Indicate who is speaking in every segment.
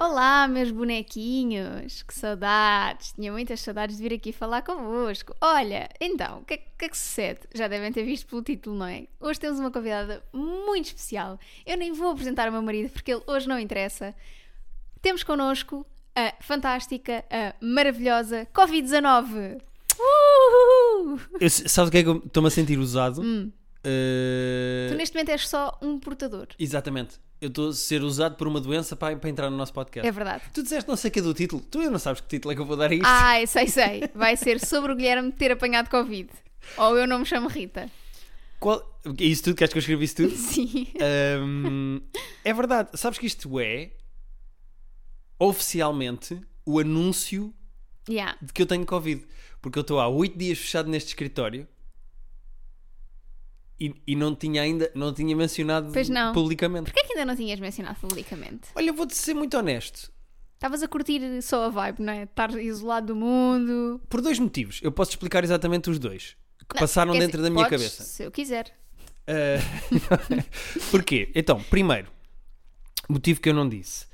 Speaker 1: Olá, meus bonequinhos, que saudades! Tinha muitas saudades de vir aqui falar convosco. Olha, então, o que, é- que é que sucede? Já devem ter visto pelo título, não é? Hoje temos uma convidada muito especial. Eu nem vou apresentar o meu marido porque ele hoje não interessa. Temos connosco a fantástica, a maravilhosa Covid-19. Uhul!
Speaker 2: Eu, se- sabes o que é que eu estou-me a sentir usado?
Speaker 1: Hum. Tu
Speaker 2: Eh,
Speaker 1: neste momento és só um portador.
Speaker 2: Exatamente. Eu estou a ser usado por uma doença para, para entrar no nosso podcast.
Speaker 1: É verdade. Ah.
Speaker 2: Tu disseste não sei o que é do título. Tu ainda não sabes que título é que eu vou dar a isto.
Speaker 1: Ai, sei, sei. Vai ser sobre o Guilherme ter apanhado Covid. Ou eu não me chamo Rita.
Speaker 2: Qual... É isso tudo? Queres que eu escreva isso tudo?
Speaker 1: Sim.
Speaker 2: Ahm, é verdade. Sabes que isto é oficialmente o anúncio
Speaker 1: Yeah.
Speaker 2: de que eu tenho Covid. Porque eu estou há 8 dias fechado neste escritório e, e não tinha ainda, não tinha mencionado
Speaker 1: Pois não.
Speaker 2: publicamente.
Speaker 1: Porquê que ainda não tinhas mencionado publicamente?
Speaker 2: Olha, vou-te ser muito honesto.
Speaker 1: Estavas a curtir só a vibe, não é? Estar isolado do mundo.
Speaker 2: Por dois motivos. Eu posso explicar exatamente os dois que
Speaker 1: Não,
Speaker 2: passaram
Speaker 1: quer
Speaker 2: dentro
Speaker 1: dizer,
Speaker 2: da minha
Speaker 1: podes,
Speaker 2: cabeça.
Speaker 1: Se eu quiser.
Speaker 2: Ah, porquê? Então, primeiro, motivo que eu não disse.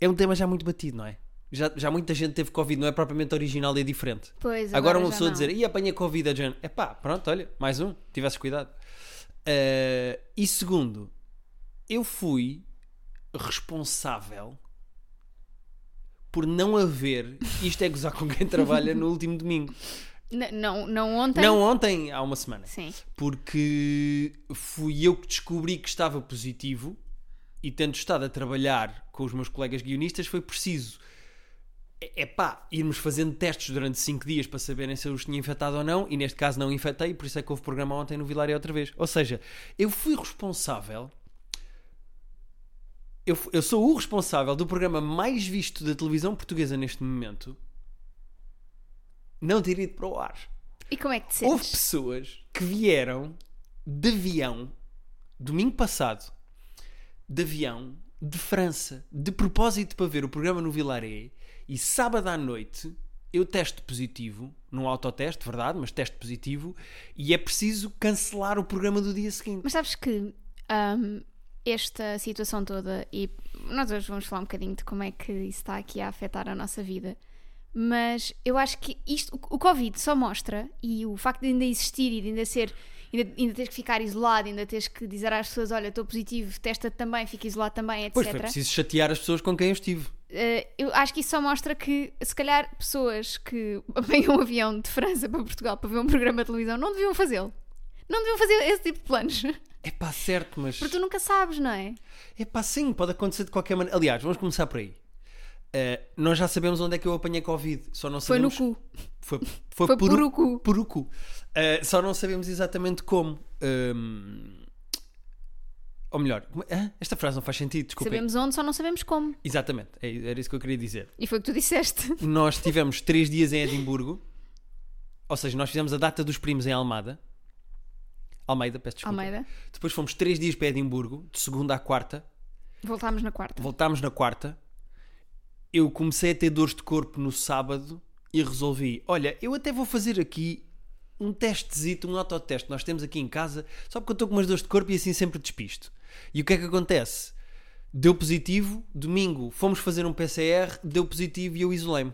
Speaker 2: É um tema já muito batido, não é? Já, já muita gente teve Covid, não é propriamente original e é diferente.
Speaker 1: Pois,
Speaker 2: Agora,
Speaker 1: agora
Speaker 2: uma
Speaker 1: já
Speaker 2: pessoa
Speaker 1: não.
Speaker 2: dizer, e apanha Covid a Jane. É pá, pronto, olha, mais um, tivesse cuidado. Ah, e segundo, eu fui responsável por não haver, isto é gozar com quem trabalha no último domingo.
Speaker 1: N- não, não ontem.
Speaker 2: Não ontem, há uma semana.
Speaker 1: Sim.
Speaker 2: Porque fui eu que descobri que estava positivo e tendo estado a trabalhar com os meus colegas guionistas foi preciso. É é pá, irmos fazendo testes durante 5 dias para saberem se eu os tinha infectado ou não, e neste caso não infectei, por isso é que houve programa ontem no Vilária outra vez. Ou seja, eu fui responsável. Eu, fu- eu sou o responsável do programa mais visto da televisão portuguesa neste momento não ter ido para o ar.
Speaker 1: E como é que te
Speaker 2: Houve
Speaker 1: sentes?
Speaker 2: pessoas que vieram de avião, domingo passado, de avião, de França, de propósito para ver o programa no Vilaré, e sábado à noite eu testo positivo, num autoteste, verdade, mas teste positivo, e é preciso cancelar o programa do dia seguinte.
Speaker 1: Mas sabes que ahm, esta situação toda, e nós hoje vamos falar um bocadinho de como é que isso está aqui a afetar a nossa vida, mas eu acho que isto, o- o Covid só mostra, e o facto de ainda existir e de ainda ser, ainda, ainda teres que ficar isolado, ainda teres que dizer às pessoas: olha, estou positivo, testa também, fica isolado também, etc.
Speaker 2: Pois foi preciso chatear as pessoas com quem eu estive.
Speaker 1: Eh, eu acho que isso só mostra que, se calhar, pessoas que apanham um avião de França para Portugal para ver um programa de televisão não deviam fazê-lo. Não deviam fazer esse tipo de planos.
Speaker 2: É pá, certo, mas.
Speaker 1: Porque tu nunca sabes, não é?
Speaker 2: É pá, sim, pode acontecer de qualquer maneira. Aliás, vamos começar por aí. Eh, nós já sabemos onde é que eu apanhei Covid, só não
Speaker 1: Foi no
Speaker 2: sabemos
Speaker 1: cu.
Speaker 2: Foi, foi,
Speaker 1: Foi
Speaker 2: por,
Speaker 1: por
Speaker 2: o,
Speaker 1: o cu.
Speaker 2: por o cu. Uh, só não sabemos exatamente como. Um, ou melhor, como- hã? esta frase não faz sentido, desculpem.
Speaker 1: Sabemos onde, só não sabemos como.
Speaker 2: Exatamente, é- era isso que eu queria dizer.
Speaker 1: E foi o que tu disseste.
Speaker 2: Nós tivemos três dias em Edimburgo, ou seja, nós fizemos a data dos primos em Almada. Almeida, peço desculpa.
Speaker 1: Almeida.
Speaker 2: Depois fomos três dias para Edimburgo, de segunda à quarta.
Speaker 1: Voltámos na quarta.
Speaker 2: Voltámos na quarta. Eu comecei a ter dores de corpo no sábado e resolvi: olha, eu até vou fazer aqui um testezito, um autoteste. Nós temos aqui em casa, só porque eu estou com umas dores de corpo e assim sempre despisto. E o que é que acontece? Deu positivo, domingo fomos fazer um PCR, deu positivo e eu isolei-me.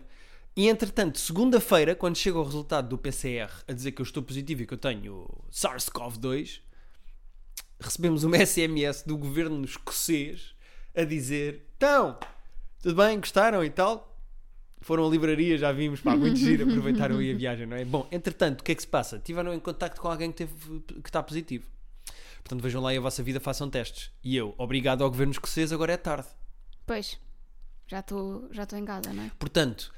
Speaker 2: E entretanto, segunda-feira, quando chega o resultado do PCR a dizer que eu estou positivo e que eu tenho SARS-CoV-2, recebemos um uma SMS do governo escocês a dizer: Então, tudo bem, gostaram e tal? Foram à livraria, já vimos, pá, muito giro, aproveitaram aí a viagem, não é? Bom, entretanto, o que é que se passa? Tiveram em contacto com alguém que, teve- que está positivo. Portanto, vejam lá e a vossa vida, façam testes. E eu, obrigado ao governo escocês, agora é tarde.
Speaker 1: Pois. Já estou já estou em casa, não é?
Speaker 2: Portanto,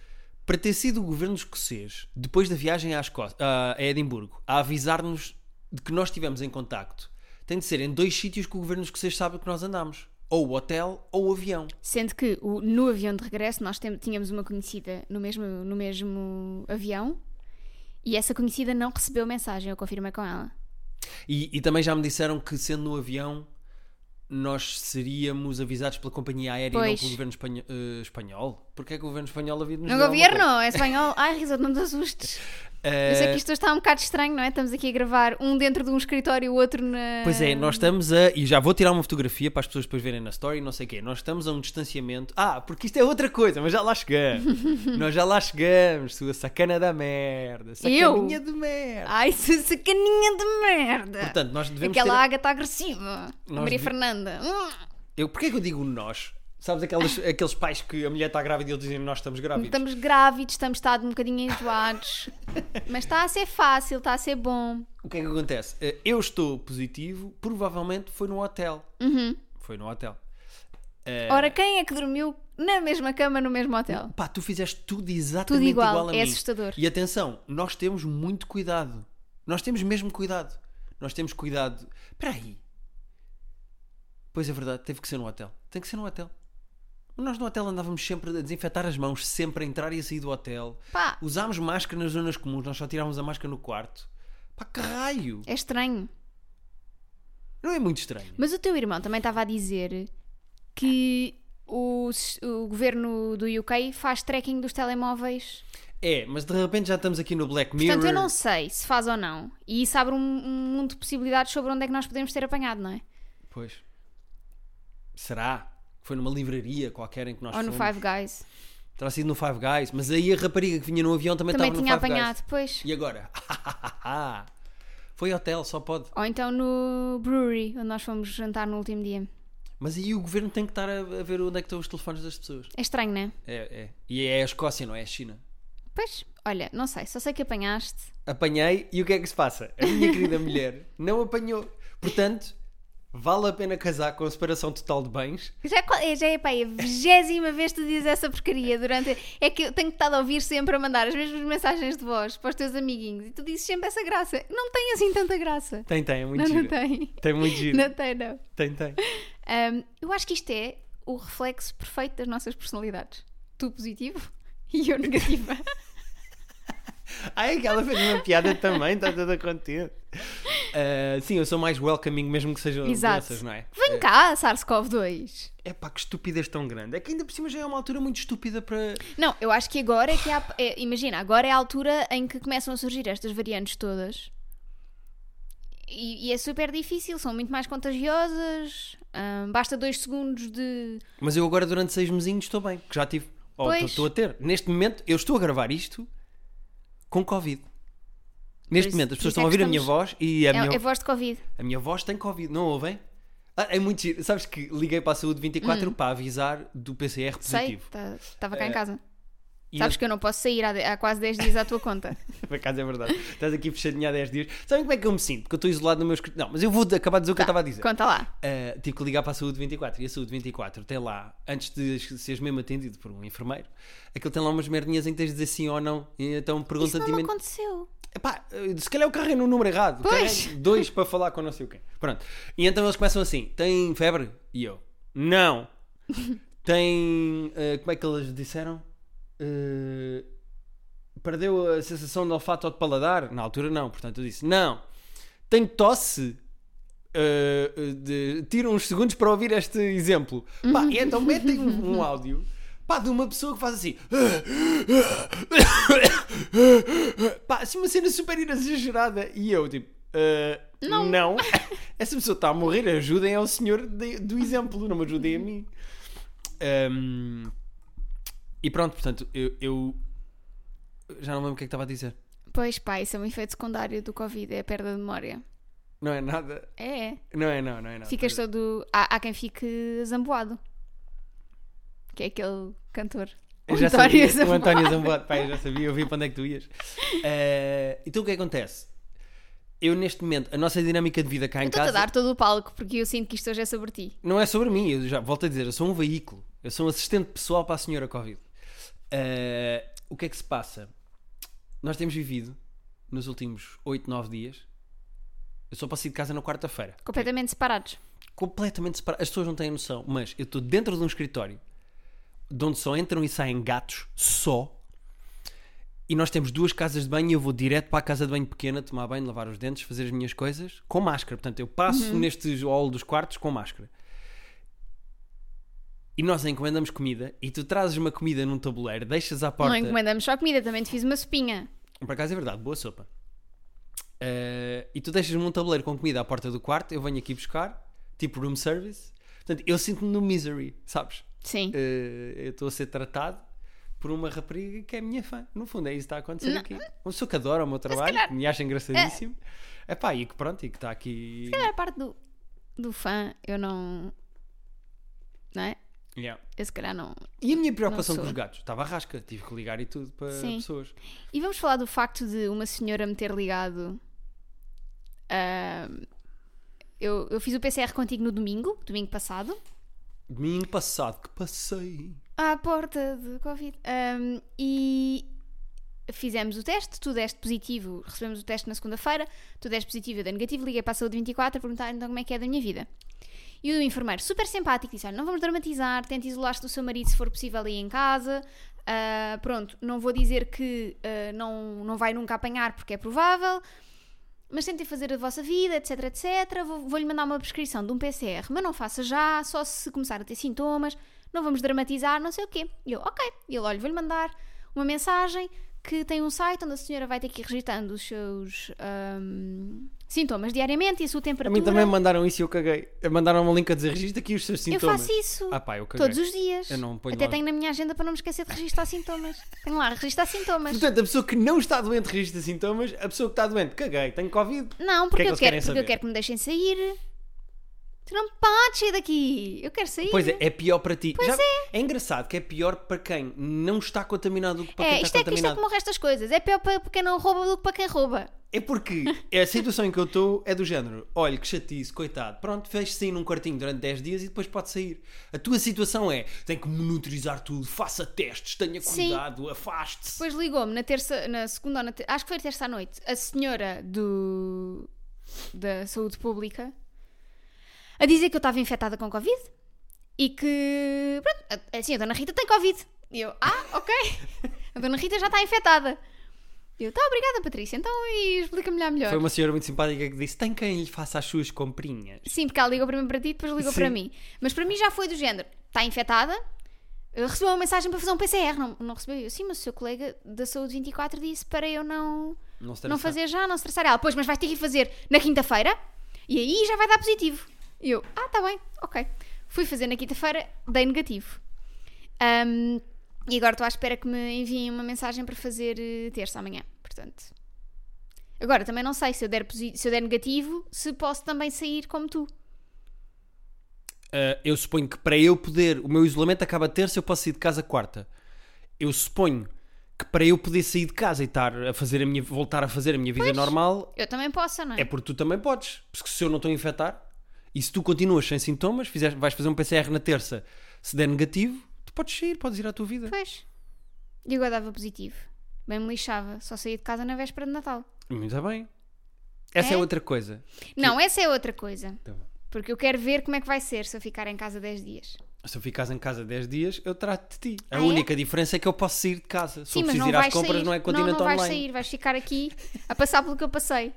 Speaker 2: para ter sido o governo escocês, depois da viagem à Escó- a- a Edimburgo, a avisar-nos de que nós estivemos em contacto, tem de ser em dois sítios que o governo escocês sabe que nós andamos. Ou o hotel ou o avião.
Speaker 1: Sendo que o- no avião de regresso nós tem- tínhamos uma conhecida no mesmo, no mesmo avião e essa conhecida não recebeu mensagem, eu confirmei com ela.
Speaker 2: E, e também já me disseram que sendo no avião nós seríamos avisados pela companhia aérea e não
Speaker 1: Pois.
Speaker 2: pelo governo espanho- eh, espanhol. Porque é que o governo espanhol havia de nos
Speaker 1: No
Speaker 2: dizer alguma
Speaker 1: governo, é espanhol. Ai, risoto, não te assustes.
Speaker 2: coisa?
Speaker 1: Eu sei
Speaker 2: Eh,
Speaker 1: que isto hoje está um bocado estranho, não é? Estamos aqui a gravar um dentro de um escritório e o outro na.
Speaker 2: Pois é, nós estamos a. E já vou tirar uma fotografia para as pessoas depois verem na story, não sei o quê. Nós estamos a um distanciamento. Ah, porque isto é outra coisa, mas já lá chegamos. nós já lá chegamos, sua sacana da merda. Sacaninha de merda.
Speaker 1: Ai, essa sacaninha de merda!
Speaker 2: Portanto, nós devemos.
Speaker 1: Ah, Aquela
Speaker 2: Ter...
Speaker 1: ágata agressiva. A
Speaker 2: Nós
Speaker 1: Maria
Speaker 2: de-
Speaker 1: Fernanda. Hum,
Speaker 2: Eu, porquê que eu digo nós? Sabes aquelas, aqueles pais que a mulher está grávida e eles dizem nós estamos grávidos?
Speaker 1: Estamos grávidos, estamos estado um bocadinho enjoados. Mas está a ser fácil, está a ser bom.
Speaker 2: O que é que acontece? Eh, Eu estou positivo, provavelmente foi no hotel.
Speaker 1: Uhum.
Speaker 2: Foi no hotel. Eh,
Speaker 1: Ora, quem é que dormiu na mesma cama, no mesmo hotel?
Speaker 2: Pá, tu fizeste tudo exatamente
Speaker 1: Tudo igual,
Speaker 2: a
Speaker 1: é
Speaker 2: mim.
Speaker 1: assustador.
Speaker 2: E atenção, nós temos muito cuidado. Nós temos mesmo cuidado. Nós temos cuidado. Espera aí. Pois é verdade, teve que ser no hotel. Tem que ser no hotel. Nós no hotel andávamos sempre a desinfetar as mãos, sempre a entrar e a sair do hotel.
Speaker 1: Pá,
Speaker 2: Usámos máscara nas zonas comuns, nós só tirávamos a máscara no quarto. Pá, que raio!
Speaker 1: é estranho.
Speaker 2: Não é muito estranho.
Speaker 1: Mas o teu irmão também estava a dizer que o, s- o governo do UK faz tracking dos telemóveis.
Speaker 2: É, mas de repente já estamos aqui no Black Mirror.
Speaker 1: Portanto, eu não sei se faz ou não. E isso abre um, um mundo de possibilidades sobre onde é que nós podemos ter apanhado, não é?
Speaker 2: Pois. Será? Foi numa livraria qualquer em que nós
Speaker 1: ou no
Speaker 2: fomos.
Speaker 1: Five Guys.
Speaker 2: Terá sido no Five Guys, mas aí a rapariga que vinha no avião também,
Speaker 1: Também
Speaker 2: estava
Speaker 1: tinha
Speaker 2: no Five
Speaker 1: apanhado,
Speaker 2: Guys.
Speaker 1: pois.
Speaker 2: E agora? Foi hotel, só pode.
Speaker 1: Ou então no Brewery, onde nós fomos jantar no último dia.
Speaker 2: Mas aí o governo tem que estar a, a ver onde é que estão os telefones das pessoas.
Speaker 1: É estranho, não é?
Speaker 2: É, é. E é a Escócia, não é a China.
Speaker 1: Pois, olha, não sei, só sei que apanhaste.
Speaker 2: Apanhei e o que é que se passa? A minha querida mulher não apanhou. Portanto, vale a pena casar com a separação total de bens.
Speaker 1: Já, é qual- é- já é pá, é a vigésima vez que tu dizes essa porcaria durante. É que eu tenho estado a ouvir sempre a mandar as mesmas mensagens de voz para os teus amiguinhos e tu dizes sempre essa graça. Não tem assim tanta graça.
Speaker 2: Tem, tem, é muito
Speaker 1: Não,
Speaker 2: giro.
Speaker 1: não tem.
Speaker 2: Tem muito giro.
Speaker 1: Não tem, não.
Speaker 2: Tem, tem.
Speaker 1: Ahm, eu acho que isto é o reflexo perfeito das nossas personalidades. Tu positivo e eu negativa.
Speaker 2: Ai, que ela fez uma piada também, está toda contente. Ah, sim, eu sou mais welcoming, mesmo que sejam
Speaker 1: Exato.
Speaker 2: doenças, não é?
Speaker 1: Vem cá, SARS-CoV-2.
Speaker 2: É pá, que estupidez tão grande. É que ainda por cima já é uma altura muito estúpida para.
Speaker 1: Não, eu acho que agora é que há. é, imagina, agora é a altura em que começam a surgir estas variantes todas. E, e é super difícil, são muito mais contagiosas. hum, basta dois segundos de.
Speaker 2: Mas eu agora durante seis mesinhos estou bem, que já tive. Oh,
Speaker 1: Pois.
Speaker 2: estou- estou a ter. Neste momento, eu estou a gravar isto com Covid. Neste
Speaker 1: isso-
Speaker 2: momento, as
Speaker 1: por isso é
Speaker 2: pessoas estão
Speaker 1: que
Speaker 2: a ouvir a minha
Speaker 1: estamos-
Speaker 2: voz e a,
Speaker 1: É,
Speaker 2: minha,
Speaker 1: é voz de Covid.
Speaker 2: a minha voz tem Covid, não ouvem? Ah, é muito giro. Sabes que liguei para a saúde 24 para avisar do PCR
Speaker 1: Hum. Sei,
Speaker 2: positivo. É,
Speaker 1: estava cá em casa.
Speaker 2: E
Speaker 1: Sabes que eu não posso sair há, de- há quase 10 dias à tua conta.
Speaker 2: Por acaso é verdade. Estás aqui fechadinha há 10 dias. Sabem como é que eu me sinto? Porque eu estou isolado no meu escritório. Não, mas eu vou de- acabar de
Speaker 1: Tá,
Speaker 2: dizer o que eu estava a dizer.
Speaker 1: Conta lá.
Speaker 2: Ah, tive que ligar para a Saúde 24 e a Saúde 24 tem lá, antes de seres mesmo atendido por um enfermeiro, aquilo tem lá umas merdinhas em que tens de dizer sim ou não. E então
Speaker 1: Isso não é me
Speaker 2: pergunta-te.
Speaker 1: aconteceu.
Speaker 2: Epá, eh, se calhar eu carreguei no número errado.
Speaker 1: Pois.
Speaker 2: Carreguei dois para falar com não sei o quê. Pronto. E então eles começam assim: tem febre? E eu: não. Tem. ah, como é que eles disseram? Ah, perdeu a sensação de olfato ou de paladar? Na altura não, portanto eu disse: não. Tem tosse? Ah, ah, de- tira uns segundos para ouvir este exemplo. Pá, e então metem um, um áudio pá, de uma pessoa que faz assim. Pá, assim uma cena super exagerada. E eu, tipo, ah, não. Essa pessoa está a morrer, ajudem ao senhor de- do exemplo, não me ajudem a mim. Ahm, e pronto, portanto, eu, eu- já não lembro o que é que estava a dizer.
Speaker 1: Pois pá, isso é um efeito secundário do Covid, é a perda de memória.
Speaker 2: Não é nada.
Speaker 1: É, é.
Speaker 2: Não é, não, não é nada.
Speaker 1: Ficas todo. Há, há quem fique zamboado. Que é aquele cantor.
Speaker 2: Eu já
Speaker 1: António é
Speaker 2: sabia,
Speaker 1: Zambuado.
Speaker 2: O António Zambuado. Pá, eu já sabia, eu vi para onde é que tu ias. Eh, então o que é que acontece? Eu neste momento, a nossa dinâmica de vida cá em
Speaker 1: Eu estou-te a
Speaker 2: casa
Speaker 1: dar todo o palco porque eu sinto que isto hoje é sobre ti.
Speaker 2: não é sobre mim, eu já volto a dizer, eu sou um veículo, eu sou um assistente pessoal para a senhora Covid. Eh, o que é que se passa? Nós temos vivido nos últimos 8, 9 dias. Eu só passei de casa na quarta-feira.
Speaker 1: Completamente separados.
Speaker 2: completamente separado. As pessoas não têm noção, mas eu estou dentro de um escritório de onde só entram e saem gatos só. E nós temos duas casas de banho e eu vou direto para a casa de banho pequena tomar banho, lavar os dentes, fazer as minhas coisas com máscara. Portanto, eu passo nestes hall dos quartos com máscara. e nós encomendamos comida e tu trazes uma comida num tabuleiro, deixas à porta.
Speaker 1: Não encomendamos só comida, também te fiz uma sopinha.
Speaker 2: Por acaso é verdade, boa sopa. Eh, e tu deixas-me um tabuleiro com comida à porta do quarto, eu venho aqui buscar, tipo room service. Portanto, eu sinto-me no misery, sabes?
Speaker 1: Sim.
Speaker 2: Eh, eu estou a ser tratado por uma rapariga que é minha fã. No fundo, é isso que está a acontecer aqui. Uma pessoa que adora o meu trabalho, que me acha engraçadíssimo.
Speaker 1: É.
Speaker 2: Epá, e que pronto, e que está aqui.
Speaker 1: Era a parte do, do fã, eu não. Não é?
Speaker 2: Yeah.
Speaker 1: Eu se calhar não.
Speaker 2: E a minha preocupação
Speaker 1: sou.
Speaker 2: com os gatos? Estava à rasca, tive que ligar e tudo para
Speaker 1: Sim.
Speaker 2: pessoas.
Speaker 1: E vamos falar do facto de uma senhora me ter ligado. ah, eu, eu fiz o PCR contigo no domingo, domingo passado,
Speaker 2: Domingo passado que passei.
Speaker 1: à porta de Covid. Ah, e fizemos o teste, tu deste positivo, recebemos o teste na segunda-feira, tu deste positivo, eu dei negativo, liguei para a saúde 24 a perguntar então como é que é da minha vida. E o enfermeiro, super simpático, disse: Olha, não vamos dramatizar, tente isolar-se do seu marido se for possível aí em casa. Ah, pronto, não vou dizer que ah, não, não vai nunca apanhar porque é provável, mas tentem fazer a vossa vida, etc, etc. Vou- Vou-lhe mandar uma prescrição de um PCR, mas não faça já, só se começar a ter sintomas. Não vamos dramatizar, não sei o quê. E eu, ok. E ele, olha, vou-lhe mandar uma mensagem que tem um site onde a senhora vai ter que ir registrando os seus ahm, sintomas diariamente e a sua
Speaker 2: A
Speaker 1: temperatura.
Speaker 2: mim também mandaram isso e eu caguei. Mandaram uma link a dizer registra aqui os seus
Speaker 1: eu
Speaker 2: sintomas.
Speaker 1: faço isso.
Speaker 2: Ah pá, eu caguei.
Speaker 1: Todos os dias.
Speaker 2: Eu não ponho
Speaker 1: Até
Speaker 2: lá.
Speaker 1: tenho na minha agenda para não me esquecer de registrar sintomas. Tenho lá, registrar sintomas.
Speaker 2: Portanto, a pessoa que não está doente registra sintomas, a pessoa que está doente, caguei, tenho Covid.
Speaker 1: Não,
Speaker 2: que
Speaker 1: porque,
Speaker 2: é
Speaker 1: eu,
Speaker 2: que
Speaker 1: quero,
Speaker 2: eles querem
Speaker 1: porque
Speaker 2: saber?
Speaker 1: eu quero que me deixem sair. Tu não podes sair daqui. Eu quero sair.
Speaker 2: Pois é, é pior para ti. Já- é. engraçado que é pior para quem não está contaminado do que para
Speaker 1: É,
Speaker 2: quem
Speaker 1: isto
Speaker 2: está
Speaker 1: é, que- isto é
Speaker 2: contaminado.
Speaker 1: como o resto das coisas. É pior para para quem não rouba do que para quem rouba.
Speaker 2: É porque a situação em que eu estou é do género: olha, que chatice, coitado. Pronto, fez sair num quartinho durante 10 dias e depois pode sair. A tua situação é: tem que monitorizar tudo, faça testes, tenha
Speaker 1: Sim.
Speaker 2: cuidado, afaste-se.
Speaker 1: Depois ligou-me na terça, na segunda ou na ter- acho que foi terça à noite, a senhora do da saúde pública a dizer que eu estava infectada com Covid e que pronto, a- assim, a Dona Rita tem Covid. E eu, ah, ok, a Dona Rita já está infectada. E eu, tá, obrigada Patrícia, então e explica-me lá melhor.
Speaker 2: Foi uma senhora muito simpática que disse: tem quem lhe faça as suas comprinhas.
Speaker 1: Sim, porque ela ligou primeiro para ti e depois ligou
Speaker 2: Sim.
Speaker 1: para mim. Mas para mim já foi do género. Está infectada, eh, recebeu uma mensagem para fazer um PCR, não, não recebeu. Eu, sim, mas o seu colega da Saúde 24 disse para eu não,
Speaker 2: Não se
Speaker 1: não
Speaker 2: interessa.
Speaker 1: fazer já, não se traçar ela. Pois, mas vais ter que ir fazer na quinta-feira e aí já vai dar positivo. E eu, ah, está bem, ok. Fui fazer na quinta-feira, dei negativo. Ahm, e agora estou à espera que me enviem uma mensagem para fazer eh, terça amanhã, portanto. Agora, também não sei se eu der, posi- se eu der negativo, se posso também sair como tu.
Speaker 2: Ah, eu suponho que para eu poder, o meu isolamento acaba terça, eu posso sair de casa quarta. Eu suponho que para eu poder sair de casa e estar a fazer a minha, voltar a fazer a minha vida normal,
Speaker 1: Eu também posso, não é?
Speaker 2: é porque tu também podes. Porque se eu não estou a infectar, e se tu continuas sem sintomas, fizeres, vais fazer um PCR na terça, se der negativo, tu podes sair, podes ir à tua vida.
Speaker 1: Pois. E agora dava positivo. Bem me lixava, só saía de casa na véspera de Natal.
Speaker 2: Muito bem. Essa é,
Speaker 1: É?
Speaker 2: outra coisa.
Speaker 1: Não, essa é outra coisa.
Speaker 2: Tá bom.
Speaker 1: Porque eu quero ver como é que vai ser se eu ficar em casa 10 dias.
Speaker 2: Se eu ficares em casa 10 dias, eu trato de ti. A
Speaker 1: Ah, é?
Speaker 2: única diferença é que eu posso sair de casa. Se
Speaker 1: Sim,
Speaker 2: eu
Speaker 1: mas
Speaker 2: preciso
Speaker 1: não
Speaker 2: ir às
Speaker 1: vais
Speaker 2: compras,
Speaker 1: sair.
Speaker 2: não é
Speaker 1: não,
Speaker 2: continental
Speaker 1: não vais
Speaker 2: online.
Speaker 1: sair, vais ficar aqui a passar pelo que eu passei.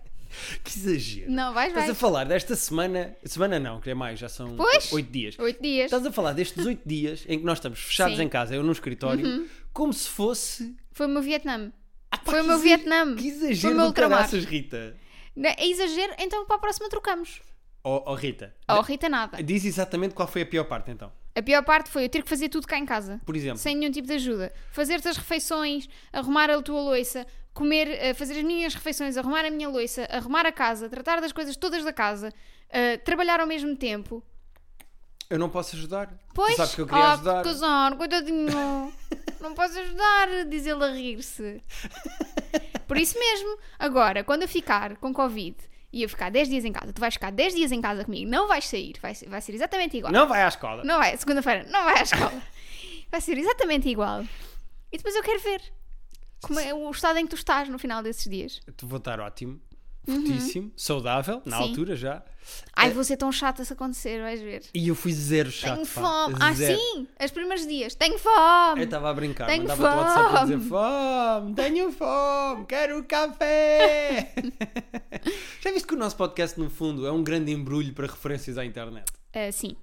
Speaker 2: Que exagero.
Speaker 1: Não, vais,
Speaker 2: Estás a
Speaker 1: vais.
Speaker 2: falar desta semana. Semana não, que é mais, já são
Speaker 1: Pois.
Speaker 2: oito dias.
Speaker 1: Oito dias.
Speaker 2: Estás a falar destes oito dias em que nós estamos fechados
Speaker 1: Sim.
Speaker 2: em casa, eu num escritório, como se fosse. ah
Speaker 1: Foi o meu Vietnã.
Speaker 2: pá,
Speaker 1: Foi o
Speaker 2: que
Speaker 1: meu
Speaker 2: exa-
Speaker 1: Vietnã.
Speaker 2: Que
Speaker 1: Foi o
Speaker 2: exagero
Speaker 1: meu
Speaker 2: do
Speaker 1: ultramar.
Speaker 2: caraças, Rita.
Speaker 1: Não, É exagero, então para a próxima trocamos.
Speaker 2: Oh, oh, Rita,
Speaker 1: Oh, Rita, nada.
Speaker 2: diz exatamente qual foi a pior parte então.
Speaker 1: A pior parte foi eu ter que fazer tudo cá em casa.
Speaker 2: Por exemplo,
Speaker 1: sem nenhum tipo de ajuda. Fazer-te as refeições, arrumar a tua louça, comer, eh, fazer as minhas refeições, arrumar a minha louça, arrumar a casa, tratar das coisas todas da casa, eh, trabalhar ao mesmo tempo.
Speaker 2: eu não posso ajudar.
Speaker 1: Pois,
Speaker 2: tu sabes que eu queria
Speaker 1: ah,
Speaker 2: ajudar.
Speaker 1: Cozar, coitadinho, não posso ajudar, diz ele a rir-se. Por isso mesmo, agora, quando eu ficar com Covid e eu ficar 10 dias em casa, tu vais ficar 10 dias em casa comigo, não vais sair, vai, ser- vai ser exatamente igual.
Speaker 2: Não vai à escola.
Speaker 1: Não vai, segunda-feira, não vai à escola. Vai ser exatamente igual. E depois eu quero ver como é o estado em que tu estás no final desses dias.
Speaker 2: Tu vou estar ótimo, fortíssimo, saudável, na
Speaker 1: Uhum. Sim.
Speaker 2: altura já. É.
Speaker 1: Ai, vou ser tão chata se acontecer, vais ver.
Speaker 2: E eu fui zero chato.
Speaker 1: Tenho
Speaker 2: pá.
Speaker 1: fome. Ah,
Speaker 2: Zero. É
Speaker 1: sim! Os primeiros dias. Tenho
Speaker 2: Eu
Speaker 1: fome!
Speaker 2: estava a brincar,
Speaker 1: Tenho
Speaker 2: mandava-te o WhatsApp a dizer
Speaker 1: fome.
Speaker 2: fome, tenho fome, quero um café. Já viste que o nosso podcast, no fundo, é um grande embrulho para referências à internet?
Speaker 1: Ah, Eh, sim.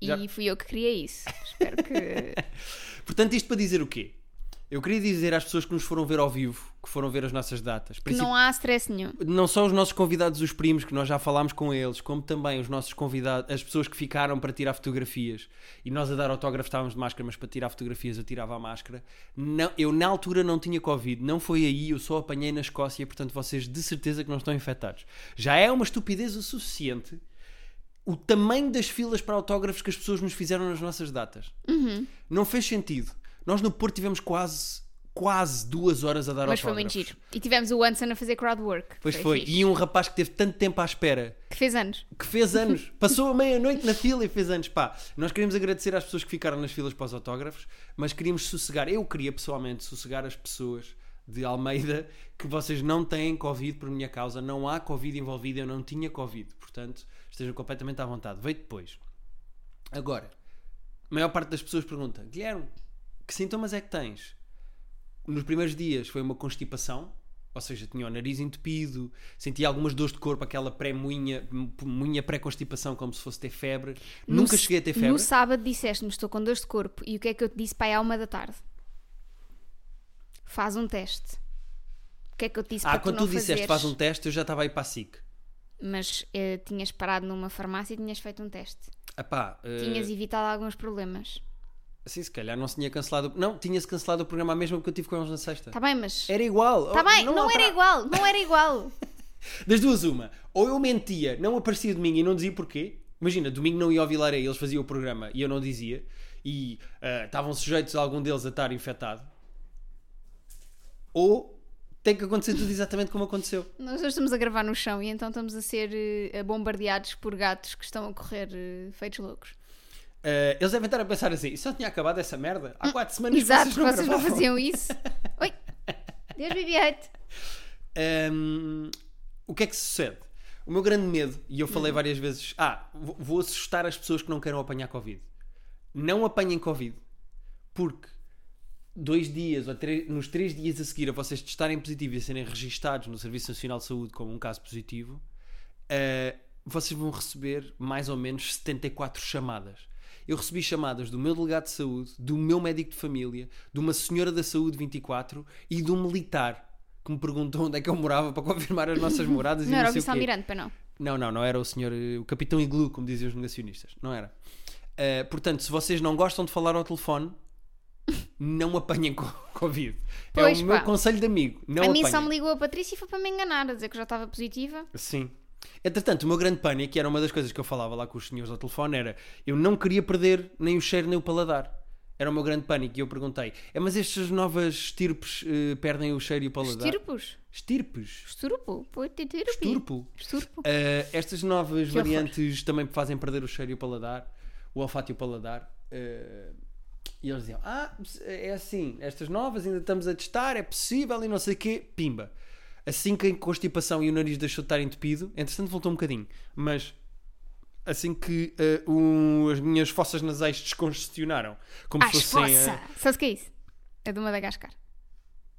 Speaker 1: E
Speaker 2: Já-
Speaker 1: fui eu que criei isso. Espero que.
Speaker 2: Portanto, isto para dizer o quê? Eu queria dizer às pessoas que nos foram ver ao vivo, que foram ver as nossas datas,
Speaker 1: que não há stress nenhum.
Speaker 2: não só os nossos convidados, os primos, que nós já falámos com eles, como também os nossos convidados, as pessoas que ficaram para tirar fotografias e nós a dar autógrafos estávamos de máscara, mas para tirar fotografias eu tirava a máscara. Não, eu na altura não tinha Covid, não foi aí, eu só apanhei na Escócia, portanto vocês de certeza que não estão infectados. Já é uma estupidez o suficiente o tamanho das filas para autógrafos que as pessoas nos fizeram nas nossas datas.
Speaker 1: Uhum.
Speaker 2: Não fez sentido. Nós no Porto tivemos quase, quase duas horas a dar
Speaker 1: Mas
Speaker 2: autógrafos.
Speaker 1: foi muito giro. E tivemos o Anson a fazer crowd work.
Speaker 2: Pois foi.
Speaker 1: fixe.
Speaker 2: E um rapaz que teve tanto tempo à espera,
Speaker 1: Que fez anos.
Speaker 2: que fez anos, passou a meia-noite na fila e fez anos. Pá, nós queremos agradecer às pessoas que ficaram nas filas para os autógrafos, mas queríamos sossegar, eu queria pessoalmente sossegar as pessoas de Almeida que vocês não têm Covid por minha causa, não há Covid envolvida, eu não tinha Covid, portanto estejam completamente à vontade. Veio depois. Agora, a maior parte das pessoas pergunta: Guilherme, que sintomas é que tens? Nos primeiros dias foi uma constipação, ou seja, tinha o nariz entupido, sentia algumas dores de corpo, aquela pré-moinha, moinha pré-constipação, como se fosse ter febre. Nunca
Speaker 1: No-
Speaker 2: cheguei a ter febre.
Speaker 1: No sábado disseste-me estou com dores de corpo. E o que é que eu te disse para aí à uma da tarde? Faz um teste. O que é que eu te disse
Speaker 2: ah,
Speaker 1: para tu
Speaker 2: quando
Speaker 1: não
Speaker 2: tu disseste
Speaker 1: fazeres?
Speaker 2: faz um teste, eu já estava aí para a SIC.
Speaker 1: Mas eh, tinhas parado numa farmácia e tinhas feito um teste.
Speaker 2: Epá, eh,
Speaker 1: Tinhas evitado alguns problemas.
Speaker 2: assim, se calhar não se tinha cancelado. Não, tinha-se cancelado o programa mesmo porque eu tive com eles na sexta.
Speaker 1: Está bem, mas.
Speaker 2: Era igual.
Speaker 1: Está
Speaker 2: Eh. Oh,
Speaker 1: Tá bem, não,
Speaker 2: altera-
Speaker 1: era igual, não era igual.
Speaker 2: Das duas, uma. Ou eu mentia, não aparecia domingo e não dizia porquê. Imagina, domingo não ia ao Vilarei, eles faziam o programa e eu não dizia. E ah, estavam sujeitos a algum deles a estar infectado. Ou tem que acontecer tudo exatamente como aconteceu.
Speaker 1: Nós hoje estamos a gravar no chão e então estamos a ser eh, bombardeados por gatos que estão a correr eh, feitos loucos.
Speaker 2: Ah, eles devem estar a pensar assim, só tinha acabado essa merda há quatro semanas que
Speaker 1: Hum, Exato,
Speaker 2: vocês não
Speaker 1: vocês não
Speaker 2: gravavam."
Speaker 1: faziam isso. Oi, Deus me viete.
Speaker 2: Hum, o que é que sucede? O meu grande medo, e eu
Speaker 1: Hum.
Speaker 2: falei várias vezes, ah, vou- vou assustar as pessoas que não queiram apanhar Covid. Não apanhem Covid, porque dois dias ou três, nos três dias a seguir a vocês testarem positivo e a serem registados no Serviço Nacional de Saúde como um caso positivo, eh, vocês vão receber mais ou menos 74 chamadas. Eu recebi chamadas do meu delegado de saúde, do meu médico de família, de uma senhora da saúde 24 e do militar que me perguntou onde é que eu morava para confirmar as nossas moradas e
Speaker 1: Não era o
Speaker 2: sei o quê.
Speaker 1: vice-almirante, para não.
Speaker 2: Não, não, não era o senhor, eh, o capitão Iglu, como diziam os negacionistas. Não era. Eh, portanto, se vocês não gostam de falar ao telefone, não apanhem co- Covid.
Speaker 1: Pois,
Speaker 2: é o
Speaker 1: pá.
Speaker 2: meu conselho de amigo. Não
Speaker 1: a mim
Speaker 2: apanhem.
Speaker 1: só me ligou a Patrícia e foi para me enganar, a dizer que eu já estava positiva.
Speaker 2: Sim. Entretanto, o meu grande pânico, e era uma das coisas que eu falava lá com os senhores ao telefone, era eu não queria perder nem o cheiro nem o paladar. Era o meu grande pânico. E eu perguntei: é, mas estas novas estirpes eh, perdem o cheiro e o paladar?
Speaker 1: Estirpos?
Speaker 2: Estirpes?
Speaker 1: Esturupo? Pô, te- te-
Speaker 2: Esturpo?
Speaker 1: Esturpo?
Speaker 2: Uh, estas novas
Speaker 1: horror.
Speaker 2: variantes também fazem perder o cheiro e o paladar, o olfato e o paladar. Uh, e eles diziam: Ah, é assim, estas novas ainda estamos a testar, é possível e não sei o quê. Pimba. Assim que a constipação e o nariz deixou de estar entupido, entretanto voltou um bocadinho, mas assim que uh, o- as minhas fossas nasais descongestionaram, como
Speaker 1: As
Speaker 2: se fossem.
Speaker 1: fossa!
Speaker 2: uh,
Speaker 1: Sabes o que é isso? É do Madagascar.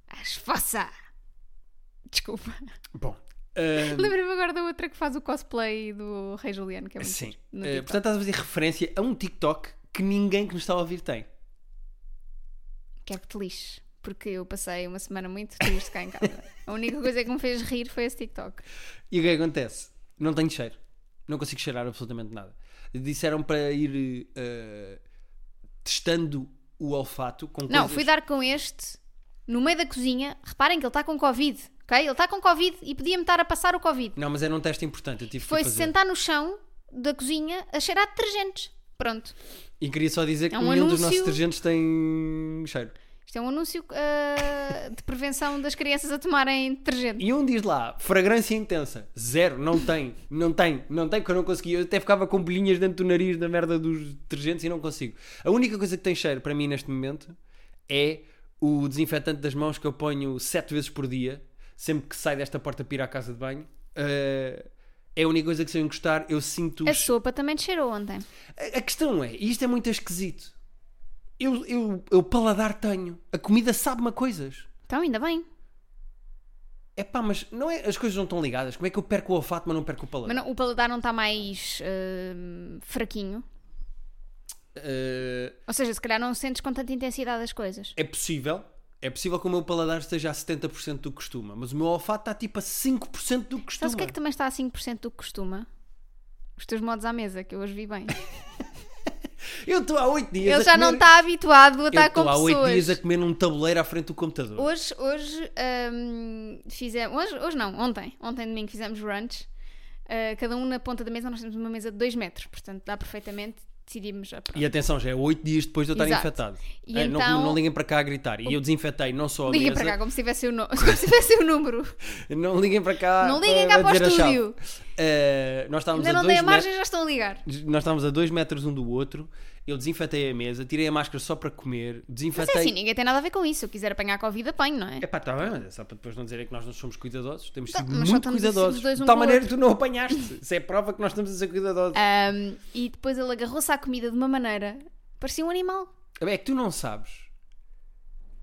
Speaker 1: As fossa! Desculpa.
Speaker 2: bom. uh,
Speaker 1: Lembra-me agora da outra que faz o cosplay do Rei Juliano, que é muito
Speaker 2: Sim.
Speaker 1: giro, no
Speaker 2: Eh,
Speaker 1: TikTok.
Speaker 2: portanto, estás a fazer referência a um TikTok que ninguém que nos está a ouvir tem.
Speaker 1: Quero que te lixe, porque eu passei uma semana muito triste cá em casa. A única coisa que me fez rir foi esse TikTok.
Speaker 2: E o que é que acontece? Não tenho cheiro. Não consigo cheirar absolutamente nada. Disseram para ir eh, testando o olfato com
Speaker 1: Não,
Speaker 2: coisas...
Speaker 1: fui dar com este no meio da cozinha. Reparem que ele está com Covid, ok? Ele está com Covid e podia-me estar a passar o Covid.
Speaker 2: Não, mas era um teste importante. Eu tive
Speaker 1: Foi
Speaker 2: que fazer.
Speaker 1: sentar no chão da cozinha a cheirar detergentes. Pronto.
Speaker 2: E queria só dizer que
Speaker 1: É um
Speaker 2: nenhum
Speaker 1: anúncio.
Speaker 2: dos nossos detergentes tem cheiro.
Speaker 1: Isto é um anúncio ah, de prevenção das crianças a tomarem detergente.
Speaker 2: E um diz lá, fragrância intensa. Zero, não tem, não tem, não tem, porque eu não consegui. Eu até ficava com bolhinhas dentro do nariz da merda dos detergentes e não consigo. A única coisa que tem cheiro para mim neste momento é o desinfetante das mãos que eu ponho sete vezes por dia, sempre que saio desta porta para ir à casa de banho. Eh, é a única coisa que se eu encostar, eu sinto. o
Speaker 1: A
Speaker 2: che-
Speaker 1: sopa também te cheirou ontem.
Speaker 2: A, a questão é, e isto é muito esquisito. Eu, eu, eu paladar tenho. A comida sabe-me a coisas.
Speaker 1: Então, ainda bem.
Speaker 2: É pá, mas não é, as coisas não estão ligadas. Como é que eu perco o olfato, mas não perco o paladar?
Speaker 1: Mas não- o paladar não está mais ah, tá fraquinho.
Speaker 2: eh,
Speaker 1: Ou seja, se calhar não sentes com tanta intensidade as coisas.
Speaker 2: é possível. É possível que o meu paladar esteja a 70% do que costuma, mas o meu olfato está tipo a 5% do que costuma.
Speaker 1: Sabes o que é que também está a 5% do que costuma? Os teus modos à mesa, que eu hoje vi bem.
Speaker 2: Eu estou há 8 dias.
Speaker 1: Ele
Speaker 2: a
Speaker 1: já
Speaker 2: comer...
Speaker 1: não está habituado a
Speaker 2: Eu
Speaker 1: estar com
Speaker 2: estou há 8 dias a
Speaker 1: pessoas.
Speaker 2: comer num tabuleiro à frente do computador.
Speaker 1: Hoje, hoje hum, fizemos. Hoje, hoje não, ontem. Ontem domingo fizemos brunch. Uh, cada um na ponta da mesa, nós temos uma mesa de 2 metros, portanto dá perfeitamente. Decidimos. ah, pronto.
Speaker 2: E atenção, já é 8 dias depois de eu estar
Speaker 1: Exato.
Speaker 2: infectado.
Speaker 1: E
Speaker 2: Eh, não-
Speaker 1: então-
Speaker 2: não, liguem para cá a gritar. E eu desinfetei não só a
Speaker 1: Liguem
Speaker 2: mesa,
Speaker 1: para cá, como se tivesse o, no- como se tivesse o número.
Speaker 2: não liguem para cá.
Speaker 1: não liguem cá
Speaker 2: para-
Speaker 1: para o
Speaker 2: dizer a chave.
Speaker 1: estúdio.
Speaker 2: Eh, nós estávamos
Speaker 1: Ainda
Speaker 2: a
Speaker 1: não
Speaker 2: dois
Speaker 1: dei a
Speaker 2: metros.
Speaker 1: margem, já estão a ligar.
Speaker 2: Nós estávamos a 2 metros um do outro. Eu desinfetei a mesa, tirei a máscara só para comer,
Speaker 1: Mas é assim,
Speaker 2: desinfetei.
Speaker 1: ninguém tem nada a ver com isso. Se eu quiser apanhar Covid, apanho, não é?
Speaker 2: Epá, está bem, mas é só para depois não dizerem que nós não somos cuidadosos. Temos
Speaker 1: Tá,
Speaker 2: sido
Speaker 1: mas só
Speaker 2: muito
Speaker 1: estamos a ser os
Speaker 2: cuidadosos.
Speaker 1: dois um
Speaker 2: de tal
Speaker 1: com o É.
Speaker 2: maneira que tu não apanhaste. Isso é prova que nós estamos a ser cuidadosos.
Speaker 1: Ahm, Hum, e depois ele agarrou-se à comida de uma maneira. Parecia um animal.
Speaker 2: É que tu não sabes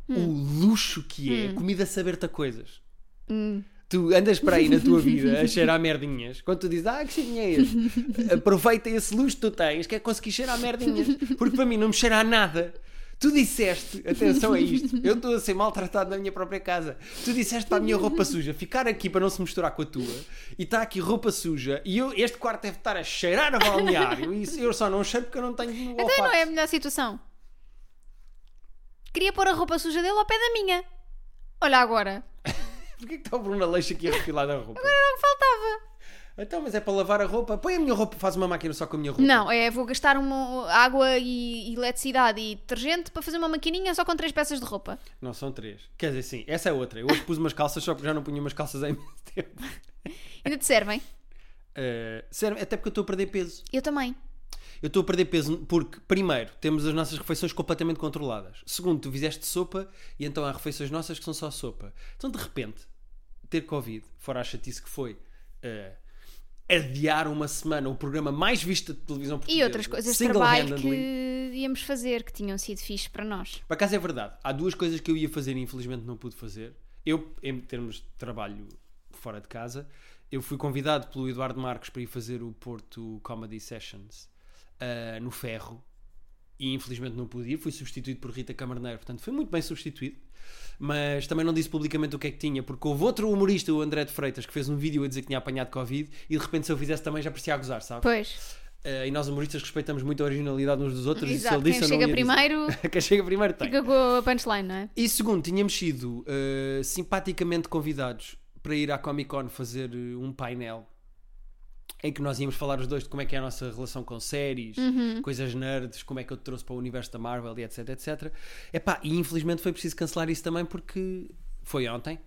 Speaker 1: Hum.
Speaker 2: o luxo que é a comida saber-te a coisas. Hum. Tu andas para aí na tua vida a cheirar merdinhas. Quando tu dizes, ah, que cheirinho é este? Aproveita esse luxo que tu tens, que é conseguir cheirar merdinhas. Porque para mim não me cheira a nada. Tu disseste, atenção a isto, eu estou a ser maltratado na minha própria casa. Tu disseste para a minha roupa suja ficar aqui para não se misturar com a tua, e está aqui roupa suja, e eu, este quarto deve estar a cheirar a balneário, e isso eu só não cheiro porque eu não tenho olfato.
Speaker 1: Então não é a melhor situação. Queria pôr a roupa suja dele ao pé da minha. Olha agora.
Speaker 2: Porquê que está o Bruno Aleixo aqui a refilar a roupa?
Speaker 1: Era o que faltava.
Speaker 2: Então, mas é para lavar a roupa. Põe a minha roupa, faz uma máquina só com a minha roupa.
Speaker 1: Não, é vou gastar uma, água e eletricidade e detergente para fazer uma maquininha só com três peças de roupa.
Speaker 2: Não, são três. Quer dizer, sim, essa é outra. Eu hoje pus umas calças só porque já não punha umas calças há imenso tempo.
Speaker 1: Ainda te servem?
Speaker 2: Eh, sério, até porque eu estou a perder peso.
Speaker 1: Eu também.
Speaker 2: Eu estou a perder peso porque, primeiro, temos as nossas refeições completamente controladas. Segundo, tu fizeste sopa e então há refeições nossas que são só sopa. Então, de repente, ter Covid, fora a chatice que foi eh, adiar uma semana o programa mais visto de televisão portuguesa.
Speaker 1: E outras coisas de trabalho
Speaker 2: single-handedly,
Speaker 1: que íamos fazer que tinham sido fixe para nós.
Speaker 2: Por acaso é verdade. Há duas coisas que eu ia fazer e infelizmente não pude fazer. Eu, em termos de trabalho fora de casa, eu fui convidado pelo Eduardo Marques para ir fazer o Porto Comedy Sessions ah, no Ferro e infelizmente não pude ir. Fui substituído por Rita Camarneiro, portanto foi muito bem substituído. Mas também não disse publicamente o que é que tinha, porque houve outro humorista, o André de Freitas, que fez um vídeo a dizer que tinha apanhado Covid e de repente se eu fizesse também já parecia a gozar, sabe?
Speaker 1: Pois.
Speaker 2: Ah, e nós humoristas respeitamos muito a originalidade uns dos outros
Speaker 1: Exato.
Speaker 2: e se ele
Speaker 1: Quem
Speaker 2: disse eu
Speaker 1: chega
Speaker 2: não ia dizer.
Speaker 1: primeiro
Speaker 2: Quem chega primeiro tem.
Speaker 1: fica com a punchline, não é?
Speaker 2: E segundo, tínhamos sido uh, simpaticamente convidados para ir à Comic Con fazer uh, um painel em que nós íamos falar os dois de como é que é a nossa relação com séries,
Speaker 1: Uhum.
Speaker 2: coisas nerds, como é que eu te trouxe para o universo da Marvel e etc, etc. Epá, e infelizmente foi preciso cancelar isso também porque foi ontem,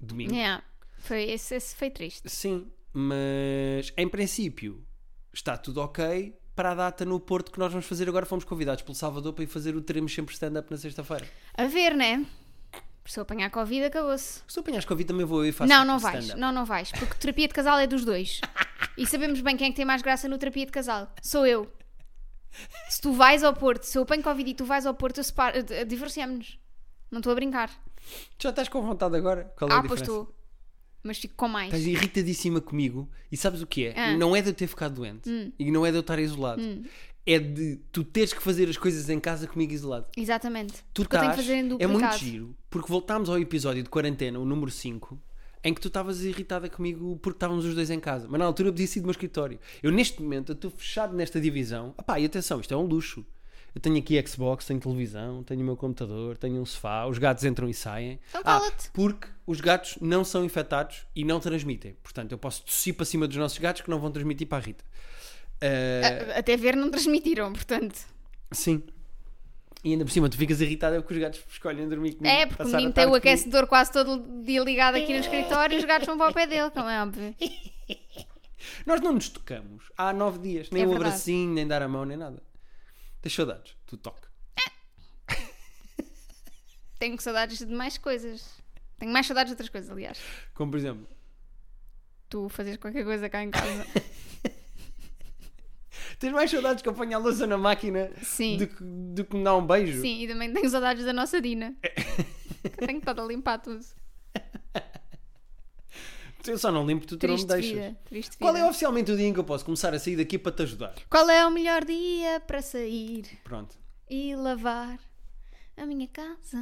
Speaker 2: domingo.
Speaker 1: Yeah. Foi, esse, esse foi triste.
Speaker 2: Sim, mas em princípio está tudo ok para a data no Porto que nós vamos fazer agora. Fomos convidados pelo Salvador para ir fazer o Teremos Sempre Stand-Up na sexta-feira.
Speaker 1: A ver, né? Se eu apanhar Covid, acabou-se.
Speaker 2: Se eu apanhares Covid também vou eu e faço
Speaker 1: Não, não vais.
Speaker 2: stand-up.
Speaker 1: Não, não vais. Porque terapia de casal é dos dois. E sabemos bem quem é que tem mais graça no terapia de casal. Sou eu. Se tu vais ao Porto, se eu apanho Covid e tu vais ao Porto, eu separo- eh, eh, divorciamos-nos. Não estou a brincar.
Speaker 2: Já estás com vontade agora? Qual é a
Speaker 1: ah, pois
Speaker 2: diferença?
Speaker 1: estou. Mas fico com mais.
Speaker 2: Estás irritadíssima comigo e sabes o que é?
Speaker 1: Ah. Hum.
Speaker 2: Não é de eu ter ficado doente e não é de eu estar isolado. É de tu teres que fazer as coisas em casa comigo isolado.
Speaker 1: Exatamente.
Speaker 2: Tu
Speaker 1: porque eu tenho que
Speaker 2: estás-
Speaker 1: fazer em
Speaker 2: É muito
Speaker 1: duplicado.
Speaker 2: giro, porque voltámos ao episódio de quarentena, o número 5, em que tu estavas irritada comigo porque estávamos os dois em casa. Mas na altura eu podia sair do meu escritório. Eu neste momento eu estou fechado nesta divisão. Epá, e atenção, isto é um luxo. Eu tenho aqui Xbox, tenho televisão, tenho o meu computador, tenho um sofá, os gatos entram e saem.
Speaker 1: Então
Speaker 2: Ah,
Speaker 1: cala-te.
Speaker 2: porque os gatos não são infectados e não transmitem. Portanto, eu posso tossir para cima dos nossos gatos que não vão transmitir para a Rita. Ah,
Speaker 1: A- Até ver não transmitiram, portanto.
Speaker 2: Sim. E ainda por cima tu ficas irritada porque os gatos escolhem dormir comigo.
Speaker 1: É, porque o
Speaker 2: Hum, passar a
Speaker 1: menino tem o
Speaker 2: tarde comigo.
Speaker 1: aquecedor quase todo dia ligado aqui no escritório e os gatos vão para o pé dele, como é óbvio.
Speaker 2: Nós não nos tocamos há nove dias. Nem
Speaker 1: É
Speaker 2: um
Speaker 1: verdade.
Speaker 2: abracinho, nem dar a mão, nem nada. Tens saudades do toque.
Speaker 1: Tenho saudades de mais coisas. Tenho mais saudades de outras coisas, aliás.
Speaker 2: Como por exemplo,
Speaker 1: Tu fazes qualquer coisa cá em casa.
Speaker 2: tens mais saudades que apanhar a louça na máquina
Speaker 1: Sim.
Speaker 2: do que, do que me dar um beijo.
Speaker 1: Sim, e também tenho saudades da
Speaker 2: É.
Speaker 1: nossa Dina. Que eu tenho que estar a limpar tudo.
Speaker 2: Eu só não limpo, tu, tu não me
Speaker 1: Triste
Speaker 2: deixas.
Speaker 1: vida, triste vida.
Speaker 2: Qual é oficialmente o dia em que eu posso começar a sair daqui para te ajudar?
Speaker 1: Qual é o melhor dia para sair
Speaker 2: Pronto.
Speaker 1: e lavar a minha casa?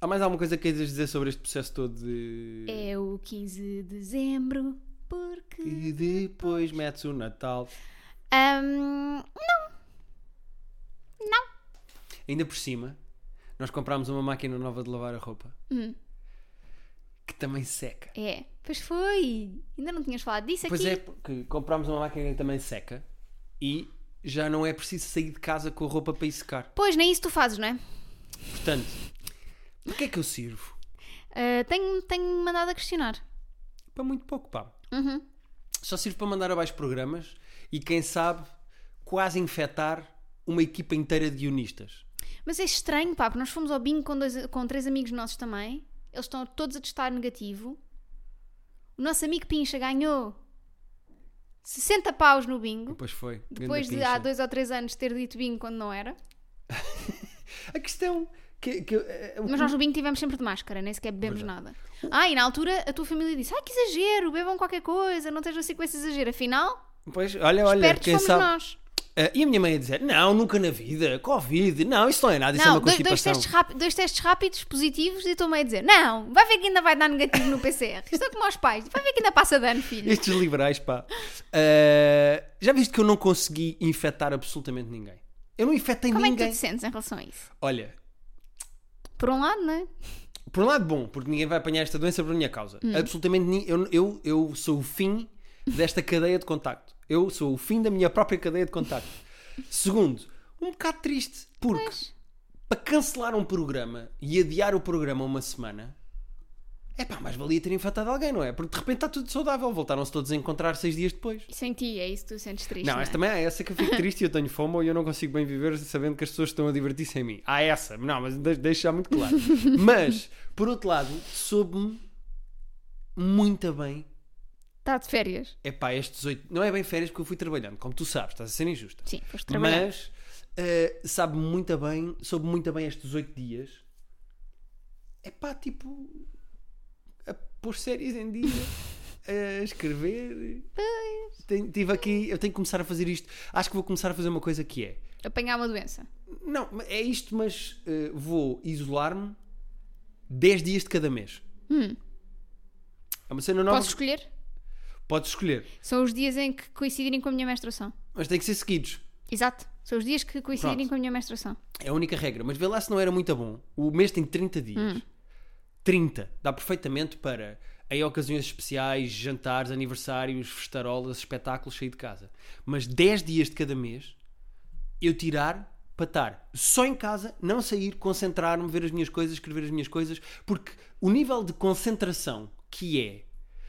Speaker 2: Há mais alguma coisa que queiras dizer sobre este processo todo de.
Speaker 1: É o 15 de dezembro, porque.
Speaker 2: E depois metes o Natal.
Speaker 1: Ahm,
Speaker 2: Ainda por cima, nós comprámos uma máquina nova de lavar a roupa.
Speaker 1: Hum.
Speaker 2: Que também seca.
Speaker 1: é, pois foi! Ainda não tinhas falado disso
Speaker 2: Pois
Speaker 1: aqui.
Speaker 2: é, porque comprámos uma máquina que também seca e já não é preciso sair de casa com a roupa para ir secar.
Speaker 1: Pois, nem isso tu fazes, não é?
Speaker 2: Portanto, porquê é que eu sirvo?
Speaker 1: Ah, tenho- Tenho-me mandado a questionar.
Speaker 2: Para muito pouco, pá.
Speaker 1: Uhum.
Speaker 2: Só sirvo para mandar abaixo programas e, quem sabe, quase infectar uma equipa inteira de guionistas.
Speaker 1: Mas é estranho, pá, porque nós fomos ao bingo com, dois- com três amigos nossos também. Eles estão todos a testar negativo. O nosso amigo Pincha ganhou 60 paus no bingo.
Speaker 2: Pois foi. grande
Speaker 1: Depois de
Speaker 2: pincha.
Speaker 1: há dois ou três anos ter dito bingo quando não era.
Speaker 2: A questão que, que, é. eh, o-
Speaker 1: Mas nós no bingo tivemos sempre de máscara, nem sequer bebemos nada. Ah, e na altura a tua família disse: Ai que exagero, bebam qualquer coisa, não estejam assim com esse exagero. Afinal,
Speaker 2: Pois, olha, olha,
Speaker 1: espertos
Speaker 2: quem
Speaker 1: fomos
Speaker 2: sabe.
Speaker 1: nós.
Speaker 2: Eh, e a minha mãe a dizer: Não, nunca na vida, Covid, não, isso não é nada, isso é
Speaker 1: Não,
Speaker 2: uma
Speaker 1: dois, dois
Speaker 2: constipação.
Speaker 1: testes rápi- dois testes rápidos, positivos, e estou meio a dizer: Não, vai ver que ainda vai dar negativo no PCR. Estou é como aos pais, vai ver que ainda passa de ano, filho.
Speaker 2: Estes liberais, pá. Eh, já viste que eu não consegui infectar absolutamente ninguém? Eu não infectei
Speaker 1: Como é que
Speaker 2: ninguém.
Speaker 1: tu te sentes em relação a isso?
Speaker 2: Olha,
Speaker 1: Por um lado, não é?
Speaker 2: por um lado bom, porque ninguém vai apanhar esta doença por minha causa.
Speaker 1: Hum.
Speaker 2: Absolutamente ninguém. Eu, eu, eu sou o fim desta cadeia de contacto. Eu sou o fim da minha própria cadeia de contacto. Segundo, um bocado triste, porque
Speaker 1: Pois.
Speaker 2: para cancelar um programa e adiar o programa uma semana, é pá, mais valia ter infectado alguém, não é? Porque de repente está tudo saudável, voltaram-se todos a encontrar seis dias depois.
Speaker 1: E sem ti, é isso que tu sentes triste.
Speaker 2: Não,
Speaker 1: é?
Speaker 2: esta também é essa que eu fico triste e eu tenho fome e eu não consigo bem viver sabendo que as pessoas estão a divertir sem mim. Há essa, não, mas de- deixo já muito claro. mas, por outro lado, soube-me muito bem.
Speaker 1: Está Tá de férias.
Speaker 2: É pá, estes 18. Não é bem férias porque eu fui trabalhando, como tu sabes, estás a ser injusta.
Speaker 1: Sim, foste trabalhar.
Speaker 2: Mas eh, sabe muito bem, soube muito bem estes oito dias. É pá, tipo, a pôr séries em dia, a escrever. Tenho- tive aqui, eu tenho que começar a fazer isto. Acho que vou começar a fazer uma coisa que é.
Speaker 1: Apanhar uma doença.
Speaker 2: Não, mas é isto, mas eh, vou isolar-me 10 dias de cada mês. É uma cena nova.
Speaker 1: Posso escolher?
Speaker 2: Podes escolher,
Speaker 1: São os dias em que coincidirem com a minha menstruação.
Speaker 2: mas tem que ser seguidos.
Speaker 1: Exato. São os dias que coincidirem
Speaker 2: Pronto.
Speaker 1: com a minha menstruação.
Speaker 2: É a única regra. Mas vê lá se não era muito bom. O mês tem 30 dias. 30. Dá perfeitamente para, em ocasiões especiais, jantares, aniversários, festarolas, espetáculos, sair de casa. Mas 10 dias de cada mês, eu tirar para estar só em casa, não sair, concentrar-me, ver as minhas coisas, escrever as minhas coisas, porque o nível de concentração que é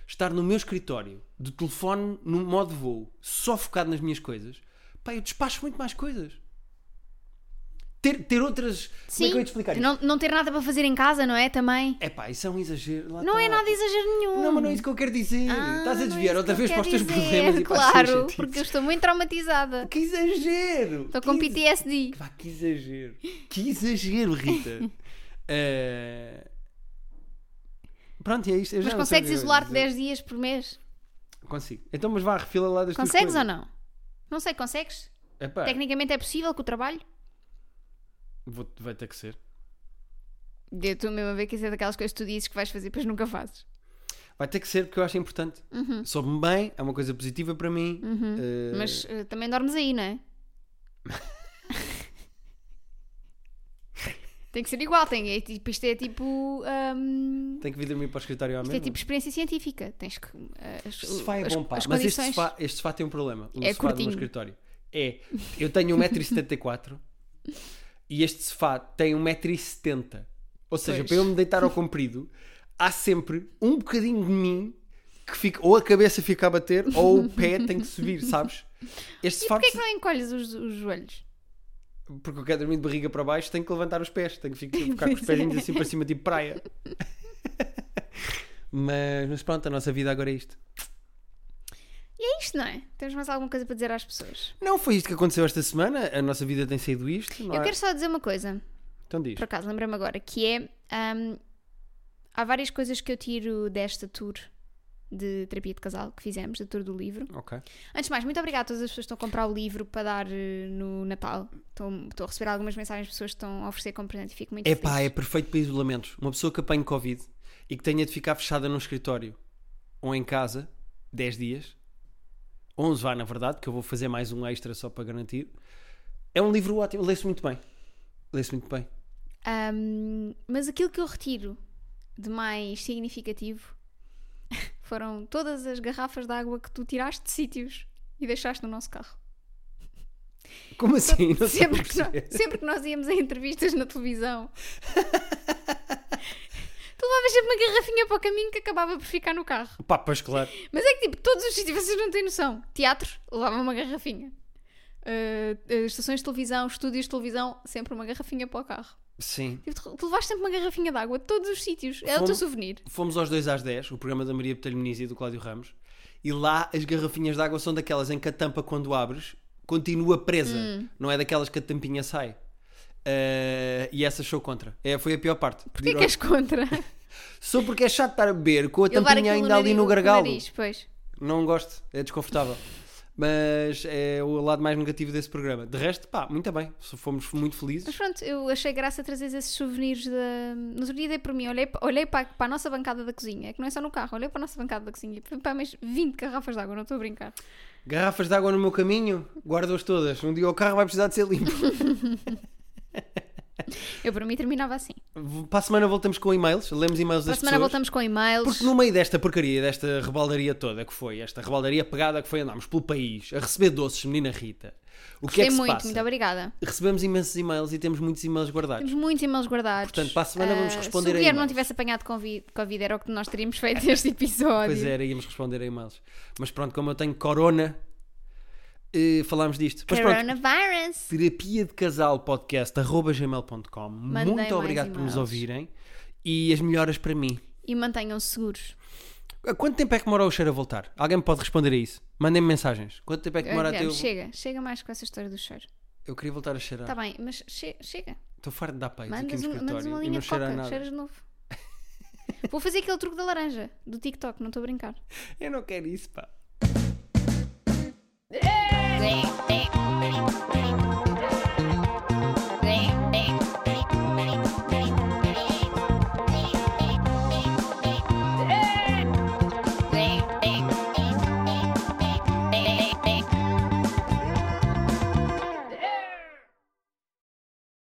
Speaker 2: estar no meu escritório, do telefone no modo voo, só focado nas minhas coisas, pá, eu despacho muito mais coisas. Ter, ter outras. Como é que eu ia te explicar isto?
Speaker 1: não, não ter nada para fazer em casa, não é? Também.
Speaker 2: É pá, isso é um exagero. lá
Speaker 1: Não é
Speaker 2: está.
Speaker 1: nada exagero nenhum.
Speaker 2: Não, mas não é isso que eu quero dizer.
Speaker 1: Hum. Ah,
Speaker 2: Estás
Speaker 1: não é
Speaker 2: a desviar
Speaker 1: isso
Speaker 2: outra
Speaker 1: que eu
Speaker 2: vez para os
Speaker 1: quero
Speaker 2: teus
Speaker 1: dizer,
Speaker 2: problemas e para as tuas
Speaker 1: Claro,
Speaker 2: chatices.
Speaker 1: porque eu estou muito traumatizada.
Speaker 2: Que exagero!
Speaker 1: Estou com
Speaker 2: Que
Speaker 1: PTSD.
Speaker 2: Vá, que exagero. Que exagero, Rita. Eh, Pronto, é isto. Eu já
Speaker 1: Mas é
Speaker 2: não
Speaker 1: consegues
Speaker 2: sei o que eu ia
Speaker 1: isolar-te
Speaker 2: dizer.
Speaker 1: 10 dias por mês?
Speaker 2: Consigo. Então, mas vá, refila lá das
Speaker 1: Consegues ou
Speaker 2: tuas
Speaker 1: não? Não sei, consegues?
Speaker 2: não? Epá,
Speaker 1: Tecnicamente é possível com o trabalho?
Speaker 2: vou, vai ter que ser.
Speaker 1: Eu tu mesmo a ver que isso é daquelas coisas que tu dizes que vais fazer, depois nunca fazes.
Speaker 2: Vai ter que ser porque eu acho importante.
Speaker 1: Uhum.
Speaker 2: Soube-me bem, é uma coisa positiva para mim. Eh,
Speaker 1: Mas eh, também dormes aí, não é? tem que ser igual, tem, é, tipo, isto é tipo. hum,
Speaker 2: Ah, Tenho que vir dormir para o escritório à
Speaker 1: isto é
Speaker 2: mesma.
Speaker 1: tipo experiência científica. Tens que. eh, as-
Speaker 2: Este sofá é
Speaker 1: as-
Speaker 2: bom, pá.
Speaker 1: as
Speaker 2: Mas este
Speaker 1: condições-
Speaker 2: sofá, este sofá tem um problema.
Speaker 1: É
Speaker 2: O sofá do meu
Speaker 1: curtinho.
Speaker 2: escritório. É. Eu tenho 1,74m e este sofá tem 1,70m. Ou seja,
Speaker 1: Pois.
Speaker 2: para eu me deitar ao comprido, há sempre um bocadinho de mim que fica. Ou a cabeça fica a bater, ou o pé tem que subir, sabes? Este
Speaker 1: E
Speaker 2: sofá.
Speaker 1: porquê é que não encolhes os, os joelhos?
Speaker 2: Porque eu quero dormir de barriga para baixo, tenho que levantar os pés, tenho que ficar, ficar com
Speaker 1: é.
Speaker 2: os pezinhos assim para cima, tipo praia. mas, mas pronto, a nossa vida agora é isto.
Speaker 1: E é isto, não é? Temos mais alguma coisa para dizer às pessoas?
Speaker 2: Não foi isto que aconteceu esta semana, a nossa vida tem sido isto. Não
Speaker 1: Eu
Speaker 2: é?
Speaker 1: quero só dizer uma coisa.
Speaker 2: Então diz.
Speaker 1: por acaso, lembrei-me agora, que é hum, há várias coisas que eu tiro desta tour de terapia de casal que fizemos, da tour do livro.
Speaker 2: Ok.
Speaker 1: Antes de mais, muito obrigada a todas as pessoas que estão a comprar o livro para dar eh, no Natal. Estou, estou a receber algumas mensagens de pessoas que estão a oferecer como presente e fico muito
Speaker 2: É
Speaker 1: feliz.
Speaker 2: pá, é perfeito para isolamentos. Uma pessoa que apanhe Covid e que tenha de ficar fechada num escritório ou em casa 10 dias, 11 vá na verdade, que eu vou fazer mais um extra só para garantir. É um livro ótimo, lê-se muito bem. Lê-se muito bem.
Speaker 1: Ahm, Hum, mas aquilo que eu retiro de mais significativo foram todas as garrafas de água que tu tiraste de sítios e deixaste no nosso carro.
Speaker 2: Como assim? Não sei
Speaker 1: Sempre que, nós,
Speaker 2: porquê.
Speaker 1: sempre que nós íamos a entrevistas na televisão, tu levavas sempre uma garrafinha para o caminho que acabava por ficar no carro.
Speaker 2: Pá, pois claro.
Speaker 1: Mas é que tipo, todos os sítios, vocês não têm noção. Teatro, levava uma garrafinha. Ah, ah, estações de televisão, estúdios de televisão, sempre uma garrafinha para o carro.
Speaker 2: Sim.
Speaker 1: Tipo, tu- tu levaste sempre uma garrafinha de água a todos os sítios. É o teu
Speaker 2: Fomos-
Speaker 1: souvenir.
Speaker 2: Fomos aos 2 às 10, o programa da Maria Botelho Muniz e do Cláudio Ramos, e lá as garrafinhas de água são daquelas em que a tampa, quando abres, continua presa.
Speaker 1: Hum.
Speaker 2: Não é daquelas que a tampinha sai. Eh, e essa sou contra. É, foi a pior parte.
Speaker 1: Porquê
Speaker 2: Pedir
Speaker 1: que és contra?
Speaker 2: ao- Só porque é chato estar a beber com a
Speaker 1: Eu levar
Speaker 2: tampinha
Speaker 1: aquilo
Speaker 2: ainda ali
Speaker 1: nariz-
Speaker 2: no gargalo.
Speaker 1: nariz, pois.
Speaker 2: Não gosto, é desconfortável. Mas é o lado mais negativo desse programa. De resto, pá, muito bem. Fomos muito felizes.
Speaker 1: Mas pronto, eu achei graça trazer esses souvenirs da. No outro dia dei por mim, olhei, pa- olhei para, para a nossa bancada da cozinha, que não é só no carro, olhei para a nossa bancada da cozinha e fui para mais 20 garrafas de água, não estou a brincar.
Speaker 2: Garrafas de água no meu caminho, guardo-as todas. Um dia o carro vai precisar de ser limpo.
Speaker 1: Eu para mim terminava assim.
Speaker 2: Para a semana voltamos com e-mails, lemos e-mails
Speaker 1: Para a
Speaker 2: das
Speaker 1: semana
Speaker 2: pessoas.
Speaker 1: voltamos com e-mails.
Speaker 2: Porque no meio desta porcaria, desta rebaldaria toda que foi, esta rebaldaria pegada que foi, andámos pelo país a receber doces, menina Rita. O que
Speaker 1: Gostei
Speaker 2: é que se
Speaker 1: muito,
Speaker 2: passa?
Speaker 1: muito obrigada.
Speaker 2: Recebemos imensos e-mails e temos muitos e-mails guardados.
Speaker 1: Temos muitos e-mails guardados.
Speaker 2: Portanto, para a semana
Speaker 1: Ah,
Speaker 2: vamos responder
Speaker 1: Se
Speaker 2: a
Speaker 1: o Guilherme não
Speaker 2: e-mails.
Speaker 1: tivesse apanhado Covid, Covid, era o que nós teríamos feito este episódio.
Speaker 2: Pois é. era, íamos responder a e-mails. Mas pronto, como eu tenho corona, eh, falámos disto. Mas pronto,
Speaker 1: Coronavirus.
Speaker 2: terapia de casal podcast, arroba gmail.com.
Speaker 1: Mandem mais
Speaker 2: Muito obrigado por nos
Speaker 1: e-mails.
Speaker 2: ouvirem e as melhoras para mim.
Speaker 1: E mantenham-se seguros.
Speaker 2: Há Quanto tempo é que demora o cheiro a voltar? Alguém me pode responder a isso? Mandem-me mensagens. Quanto tempo é que demora
Speaker 1: Ah,
Speaker 2: até eu...
Speaker 1: Guilherme, Chega, chega mais com essa história do cheiro.
Speaker 2: Eu queria voltar a cheirar.
Speaker 1: Está Tá bem, mas che- chega.
Speaker 2: Estou farto de dar peitos Tá. aqui
Speaker 1: Mandas,
Speaker 2: no
Speaker 1: um, mandas
Speaker 2: escritório
Speaker 1: uma
Speaker 2: e
Speaker 1: linha
Speaker 2: não
Speaker 1: de
Speaker 2: cheira a
Speaker 1: coca,
Speaker 2: nada.
Speaker 1: cheiras de novo. Vou fazer aquele truque da laranja, do TikTok, não estou a brincar.
Speaker 2: Eu não quero isso, pá.
Speaker 3: Bye.